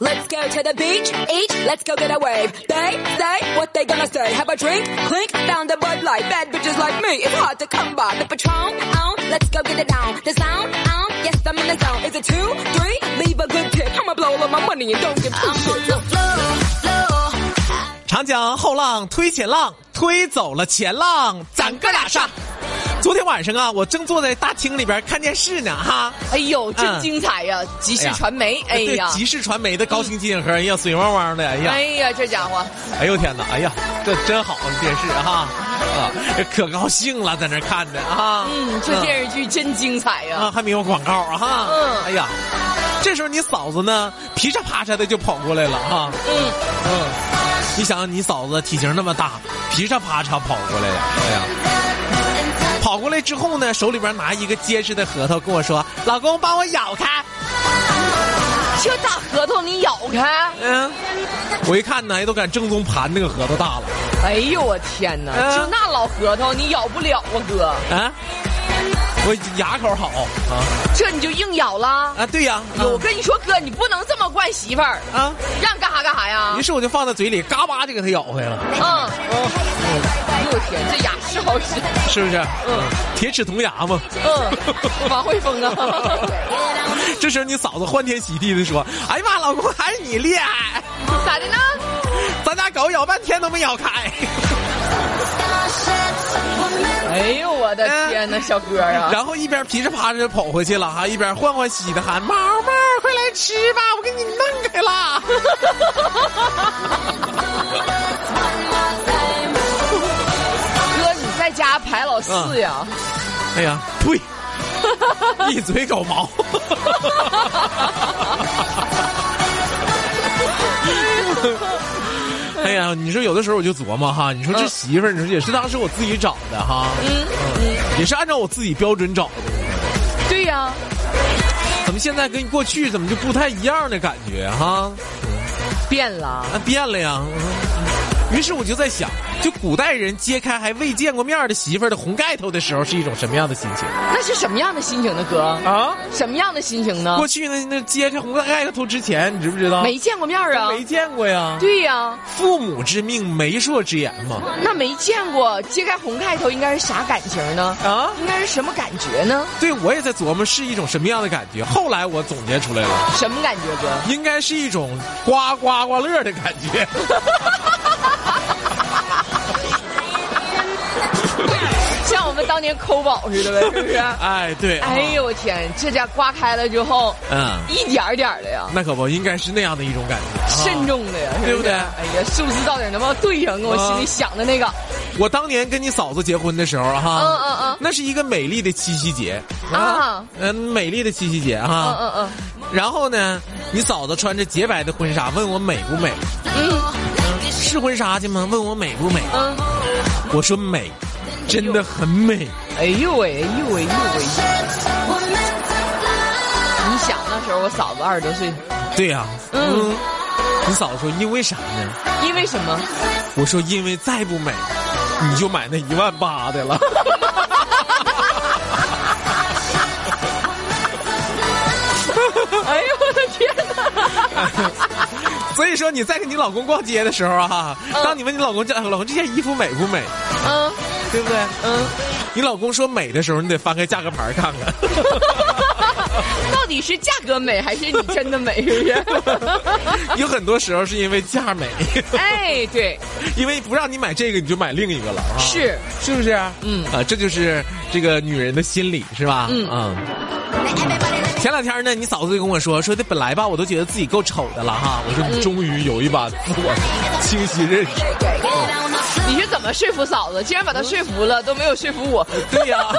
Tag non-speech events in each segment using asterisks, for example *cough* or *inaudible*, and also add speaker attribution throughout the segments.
Speaker 1: Let's go to the beach, eat, let's go get a wave. They say what they gonna say. Have a drink, clink, found a Bud Light. Bad bitches like me, it's hard to come by. The Patron, on, let's go get it down. The sound, on, yes, I'm in the zone. Is it two, three? Leave a good tip. I'ma blow all of my money and don't give two shits.
Speaker 2: 长江后浪推前浪，推走了前浪，咱哥俩上。昨天晚上啊，我正坐在大厅里边看电视呢，哈，
Speaker 3: 哎呦，真
Speaker 2: 嗯
Speaker 3: 精彩呀！集
Speaker 2: 哎
Speaker 3: 市
Speaker 2: 呀啊
Speaker 3: 传媒，哎
Speaker 2: 对 *laughs*
Speaker 3: 呀，
Speaker 2: 吉视传媒的高清机顶盒，哎呀，水汪汪的，哎呀，
Speaker 3: 哎呀，这家伙，
Speaker 2: 哎呦天哪，哎呀，这真好电视哈，啊，可高兴了，在那看着啊，
Speaker 3: 嗯，这电视剧真精彩
Speaker 2: 啊
Speaker 3: 呀！
Speaker 2: 还没有广告啊哈，
Speaker 3: 嗯
Speaker 2: 哎呀，这时候你嫂子呢，噼嚓啪嚓的就跑过来了哈，
Speaker 3: 嗯，
Speaker 2: 嗯，你想你嫂子体型那么大，噼嚓啪嚓跑过来了，哎呀。跑过来之后呢，手里边拿一个结实的核桃，跟我说：“老公，帮我咬开。
Speaker 3: 这大核桃你咬开”，
Speaker 2: 嗯，我一看呢，都敢正宗盘那个核桃大了。
Speaker 3: 哎呦我天哪，
Speaker 2: 啊
Speaker 3: 就那老核桃你咬不了啊，哥，
Speaker 2: 啊，我牙口好啊
Speaker 3: 这你就硬咬啦。
Speaker 2: 啊，对呀，
Speaker 3: 哎呦我跟你说，哥，你不能这么惯媳妇儿，
Speaker 2: 啊，
Speaker 3: 让干啥干啥呀
Speaker 2: 于？是我就放在嘴里，嘎巴就给它咬回来了，
Speaker 3: 嗯，哎呦我天，这牙是好使，
Speaker 2: 是不是？嗯，铁齿铜牙嘛。 *laughs*
Speaker 3: 嗯， *laughs* 王慧峰啊，
Speaker 2: 这时候你嫂子欢天喜地的说：“哎呀妈，老公还是你厉害，
Speaker 3: 咋的呢？
Speaker 2: 咱家狗咬半天都没咬开。
Speaker 3: 哎呦我的天哪，小哥”啊！
Speaker 2: 然后一边噼里啪啦就跑回去了哈，一边欢欢喜喜的喊：“毛毛，快来吃吧，我给你弄开了。
Speaker 3: 哥，你在家排老四呀？”
Speaker 2: 哎呀，呸！
Speaker 3: *laughs*
Speaker 2: 一嘴狗毛。哎呀，你说有的时候我就琢磨哈，你说这媳妇儿，你说也是当时我自己找的哈，
Speaker 3: 嗯，
Speaker 2: 也是按照我自己标准找的，
Speaker 3: 对呀、
Speaker 2: 怎么现在跟过去怎么就不太一样的感觉哈？
Speaker 3: 变了。
Speaker 2: 啊，变了呀。嗯于是我就在想，就古代人揭开还未见过面儿的媳妇儿的红盖头的时候，是一种什么样的心情
Speaker 3: 那是什么样的心情呢，哥？
Speaker 2: 啊？
Speaker 3: 什么样的心情呢
Speaker 2: 过？去那那揭开红盖头之前，你知不知道？
Speaker 3: 啊没见过面儿啊？
Speaker 2: 没见过呀。
Speaker 3: 对呀、
Speaker 2: 父母之命，媒妁之言嘛。
Speaker 3: 那没见过揭开红盖头应该是啥感情呢？
Speaker 2: 啊，
Speaker 3: 应该是什么感觉呢？
Speaker 2: 对，我也在琢磨是一种什么样的感觉。后来我总结出来了，
Speaker 3: 什么感觉，哥？
Speaker 2: 应该是一种刮刮刮乐的感觉。 *laughs*
Speaker 3: 像我们当年抠宝似的呗，是不
Speaker 2: *laughs*
Speaker 3: 是？
Speaker 2: 哎，对，
Speaker 3: 哎呦我天，这家刮开了之后，
Speaker 2: 嗯，
Speaker 3: 一点儿点儿的呀，
Speaker 2: 那可不应该是那样的一种感觉。啊
Speaker 3: 慎重的呀，是
Speaker 2: 对不对
Speaker 3: 哎呀，是不是到底能不能对上？跟我心里
Speaker 2: 啊
Speaker 3: 想的那个，
Speaker 2: 我当年跟你嫂子结婚的时候，哈，
Speaker 3: 嗯嗯嗯
Speaker 2: 那是一个美丽的七夕节
Speaker 3: 啊，
Speaker 2: 嗯，美丽的七夕节啊
Speaker 3: 嗯
Speaker 2: 哈。
Speaker 3: 嗯嗯，
Speaker 2: 然后呢，你嫂子穿着洁白的婚纱，问我美不美？嗯，是婚纱去吗？问我美不美？
Speaker 3: 嗯，
Speaker 2: 我说美，真的很美。
Speaker 3: 哎呦喂，哎呦喂，哎呦喂！你想那时候我嫂子二十多岁，
Speaker 2: 对呀、
Speaker 3: 嗯
Speaker 2: 嗯，你嫂子说因为啥呢？
Speaker 3: 因为什 *laughs* 么？
Speaker 2: 我说因为再不美，你就买那一万八的了。 *laughs*
Speaker 3: 哎呦我的天哪！
Speaker 2: 所以说你在跟你老公逛街的时候啊，
Speaker 3: 嗯
Speaker 2: 当你问你老公这老公这件衣服美不美，
Speaker 3: 嗯
Speaker 2: 对不对？
Speaker 3: 嗯，
Speaker 2: 你老公说美的时候，你得翻开价格牌看看。 *laughs*
Speaker 3: 到底是价格美还是你真的美？ *laughs* 是不是？
Speaker 2: 有很多时候是因为价美， *laughs*
Speaker 3: 哎，对，
Speaker 2: 因为不让你买这个，你就买另一个了啊。
Speaker 3: 是
Speaker 2: 是不是？
Speaker 3: 嗯
Speaker 2: 啊，这就是这个女人的心理，是吧？
Speaker 3: 嗯
Speaker 2: 前两天呢，你嫂子就跟我说，说这本来吧，我都觉得自己够丑的了哈，我说你终于有一把自我清晰认
Speaker 3: *laughs*
Speaker 2: 识。
Speaker 3: 你是怎么说服嫂子？竟然把她说服了，都没有说服我。
Speaker 2: 对呀、 *laughs*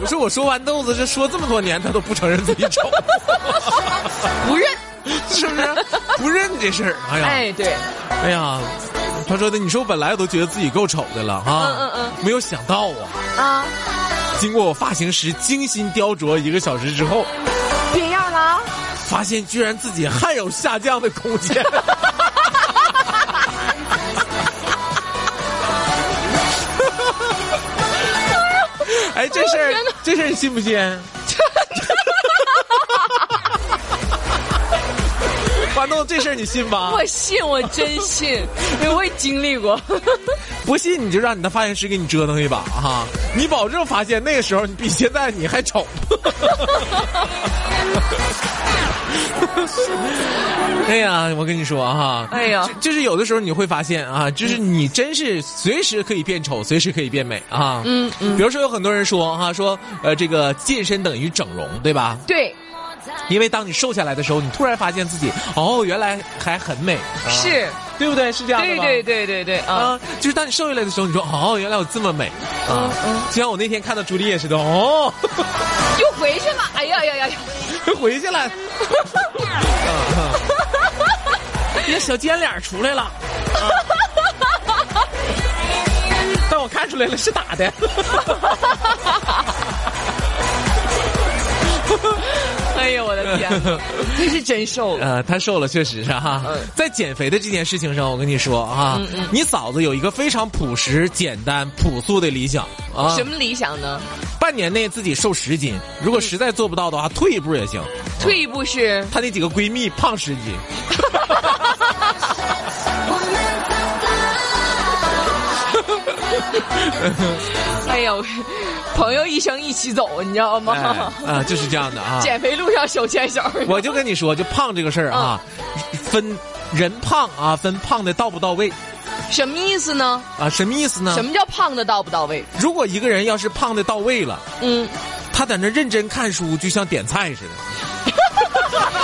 Speaker 2: 我说我说完豆子，这说这么多年，他都不承认自己丑， *laughs*
Speaker 3: 不认。
Speaker 2: 是不是？不认这事儿，哎呀，
Speaker 3: 哎，对，
Speaker 2: 哎呀，他说的，你说我本来我都觉得自己够丑的了哈，
Speaker 3: 嗯嗯嗯
Speaker 2: 没有想到啊，
Speaker 3: 啊，
Speaker 2: 经过我发型师精心雕琢一个小时之后，
Speaker 3: 变样啦！
Speaker 2: 发现居然自己还有下降的空间。
Speaker 3: *laughs*
Speaker 2: 哎，这事儿
Speaker 3: 天哪，
Speaker 2: 这事儿你信不
Speaker 3: *laughs*
Speaker 2: 信？完传动这事儿你信吧？
Speaker 3: 我信，我真 *laughs* 信，因为我也经历过。
Speaker 2: 不信你就让你的发型师给你折腾一把哈、你保证发现那个时候你比现在你还丑。 *laughs* 哎呀，我跟你说啊哈、
Speaker 3: 哎呀
Speaker 2: 就就是有的时候你会发现啊，就是你真是随时可以变丑，随时可以变美啊。嗯嗯，比如说有很多人说哈、说呃这个健身等于整容，对吧？
Speaker 3: 对，
Speaker 2: 因为当你瘦下来的时候，你突然发现自己哦，原来还很美，啊
Speaker 3: 是，
Speaker 2: 对不对？是这样的
Speaker 3: *laughs* 对
Speaker 2: 吧？
Speaker 3: 对对对对啊！
Speaker 2: 啊，就是当你瘦下来的时候，你说哦，原来我这么美啊！就像我那天看到朱丽叶似的，哦， *laughs*
Speaker 3: 又回去了，哎呀呀呀呀！
Speaker 2: 回去了， *laughs* 啊你的小尖脸儿出来了，啊但我看出来了是打 *laughs* 的。
Speaker 3: 哎呦我的天，这是 *laughs* 真瘦了。
Speaker 2: 呃，她瘦了，确实是哈、在减肥的这件事情上，我跟你说啊，你嫂子有一个非常朴实、简单、朴素的理想啊，
Speaker 3: 什么理想呢？
Speaker 2: 半年内自己瘦十斤，如果实在做不到的话，退一步也行。
Speaker 3: 退一步是
Speaker 2: 她那几个闺蜜胖十斤，
Speaker 3: 哎呦， *laughs* 朋友一生一起走，你知道吗？
Speaker 2: *laughs* 哎啊、就是这样的啊。
Speaker 3: *laughs* 减肥路上手牵手。
Speaker 2: 我就跟你说，就胖这个事儿啊，分人胖啊，分胖的到不到位
Speaker 3: 什么意思呢？
Speaker 2: 啊，什么意思呢
Speaker 3: 什？么叫胖的到不到位？
Speaker 2: 如果一个人要是胖的到位了，
Speaker 3: 嗯，
Speaker 2: 他在那认真看书，就像点菜似的。
Speaker 3: *laughs*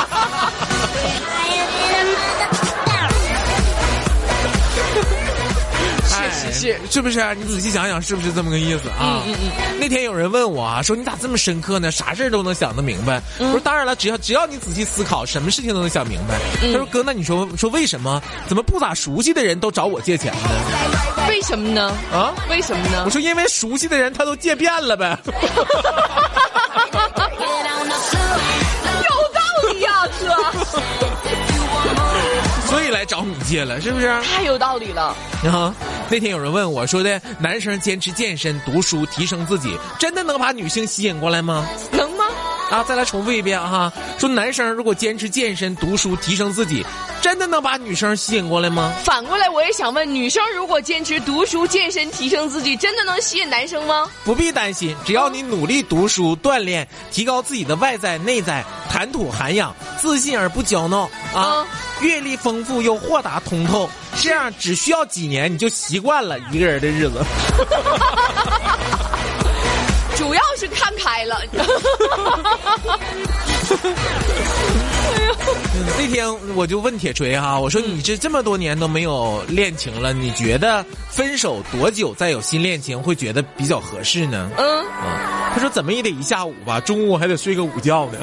Speaker 3: 是是是
Speaker 2: 哎，是不是、你仔细想想，是不是这么个意思啊？
Speaker 3: 嗯嗯
Speaker 2: 那天有人问我啊，说你咋这么深刻呢？啥事儿都能想得明白。
Speaker 3: 嗯
Speaker 2: 我说当然了，只要只要你仔细思考，什么事情都能想明白。
Speaker 3: 嗯
Speaker 2: 他说哥，那你说说为什么？怎么不咋熟悉的人都找我借钱呢？
Speaker 3: 为什么呢？
Speaker 2: 啊？
Speaker 3: 为什么呢
Speaker 2: 哎我？说因为熟悉的人他都借遍了呗。 *laughs*
Speaker 3: 有道理呀、
Speaker 2: *laughs*
Speaker 3: 哥，
Speaker 2: 所以来找你借了，是不是？
Speaker 3: 太有道理了。
Speaker 2: 啊，那天有人问我说的，男生坚持健身、读书、提升自己，真的能把女性吸引过来吗？
Speaker 3: 能吗？
Speaker 2: 啊，再来重复一遍啊，说男生如果坚持健身、读书、提升自己，真的能把女生吸引过来吗？
Speaker 3: 反过来，我也想问，女生如果坚持读书、健身、提升自己，真的能吸引男生吗？
Speaker 2: 不必担心，只要你努力读书、锻炼，提高自己的外在、内在谈吐涵养，自信而不骄傲啊
Speaker 3: 嗯，
Speaker 2: 阅历丰富又豁达通透，这样只需要几年你就习惯了一个人的日子。
Speaker 3: 主要是看
Speaker 2: *laughs*
Speaker 3: 开了。
Speaker 2: 那天我就问铁锤哈、我说你这这么多年都没有恋情了，你觉得分手多久再有新恋情会觉得比较合适呢？
Speaker 3: 嗯，
Speaker 2: 啊，他说怎么也得一下午吧，中午还得睡个午觉呢。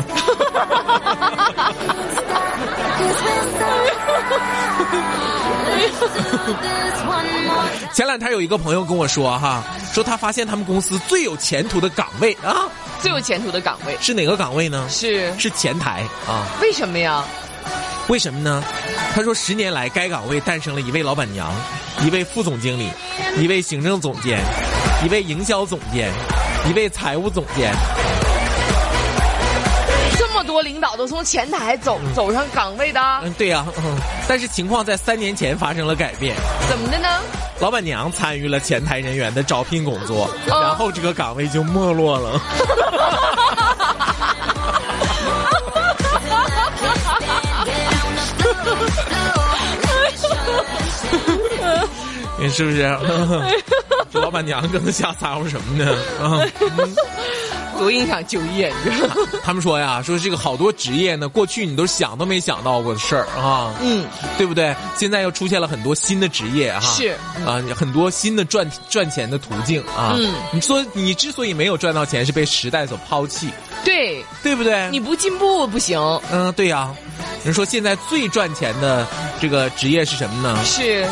Speaker 2: 前两天有一个朋友跟我说哈、说他发现他们公司最有前途的岗位啊
Speaker 3: 最有前途的岗位
Speaker 2: 是哪个岗位呢？
Speaker 3: 是
Speaker 2: 是前台啊。
Speaker 3: 为什么呀？
Speaker 2: 为什么呢？他说，十年来该岗位诞生了一位老板娘，一位副总经理，一位行政总监，一位营销总监，一位财务总监。
Speaker 3: 这么多领导都从前台走走上岗位的，
Speaker 2: 嗯，对呀、嗯但是情况在三年前发生了改变，
Speaker 3: 怎么的呢？
Speaker 2: 老板娘参与了前台人员的招聘工作，然后这个岗位就没落了。 *laughs* 你是 *laughs* 不是？这老板娘跟他瞎撒呼什么呢？啊、
Speaker 3: 多影响就业，你知道吗？
Speaker 2: 他们说呀，说这个好多职业呢，过去你都想都没想到过的事儿啊，
Speaker 3: 嗯，
Speaker 2: 对不对？现在又出现了很多新的职业哈、
Speaker 3: 是
Speaker 2: 啊，你很多新的赚赚钱的途径啊。
Speaker 3: 嗯，
Speaker 2: 你说你之所以没有赚到钱，是被时代所抛弃，
Speaker 3: *laughs* 对，
Speaker 2: 对不对？
Speaker 3: 你不进步不行，
Speaker 2: 嗯，对呀、人说现在最赚钱的这个职业是什么呢？
Speaker 3: 是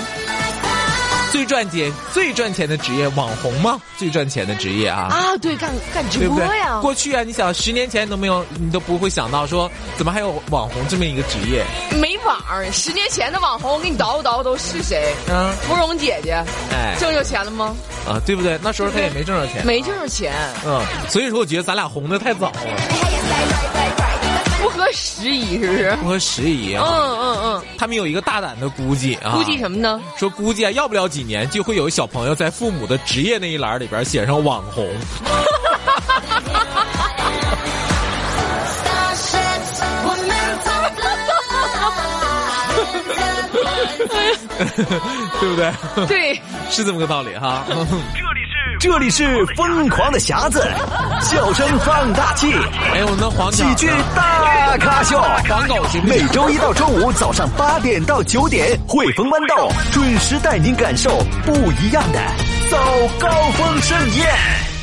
Speaker 2: 最赚钱、最赚钱的职业，网红吗？最赚钱的职业啊。
Speaker 3: 啊，对，干干直
Speaker 2: 对不
Speaker 3: 播
Speaker 2: 对？
Speaker 3: 呀，
Speaker 2: 过去啊，你想十年前你都没有，你都不会想到说怎么还有网红这么一个职业，
Speaker 3: 没网儿，十年前的网红，我给你叨咕叨咕都是谁？
Speaker 2: 嗯，
Speaker 3: 芙蓉姐姐
Speaker 2: 哎
Speaker 3: 挣着钱了吗？
Speaker 2: 啊，对不对？那时候他也没挣着钱，
Speaker 3: 没挣着钱，
Speaker 2: 嗯，所以说我觉得咱俩红的太早了。
Speaker 3: 不合时宜，是不是？
Speaker 2: 不合时宜
Speaker 3: 嗯
Speaker 2: 啊。
Speaker 3: 嗯嗯，
Speaker 2: 他们有一个大胆的估计啊，
Speaker 3: 估计什么呢？
Speaker 2: 说估计啊，要不了几年就会有小朋友在父母的职业那一栏里边写上网红。对不对？ *laughs*
Speaker 3: 对，
Speaker 2: 是这么个道理哈。 *laughs*
Speaker 4: 这里是疯狂的匣子，笑声放大器，
Speaker 2: 哎，我们的黄
Speaker 4: 喜
Speaker 2: 鸟呢
Speaker 4: 剧大咖秀。
Speaker 2: 黄狗行不
Speaker 4: 每
Speaker 2: 行？
Speaker 4: 周一到周五早上八点到九点，汇丰豌豆准时带您感受不一样的早高峰盛宴。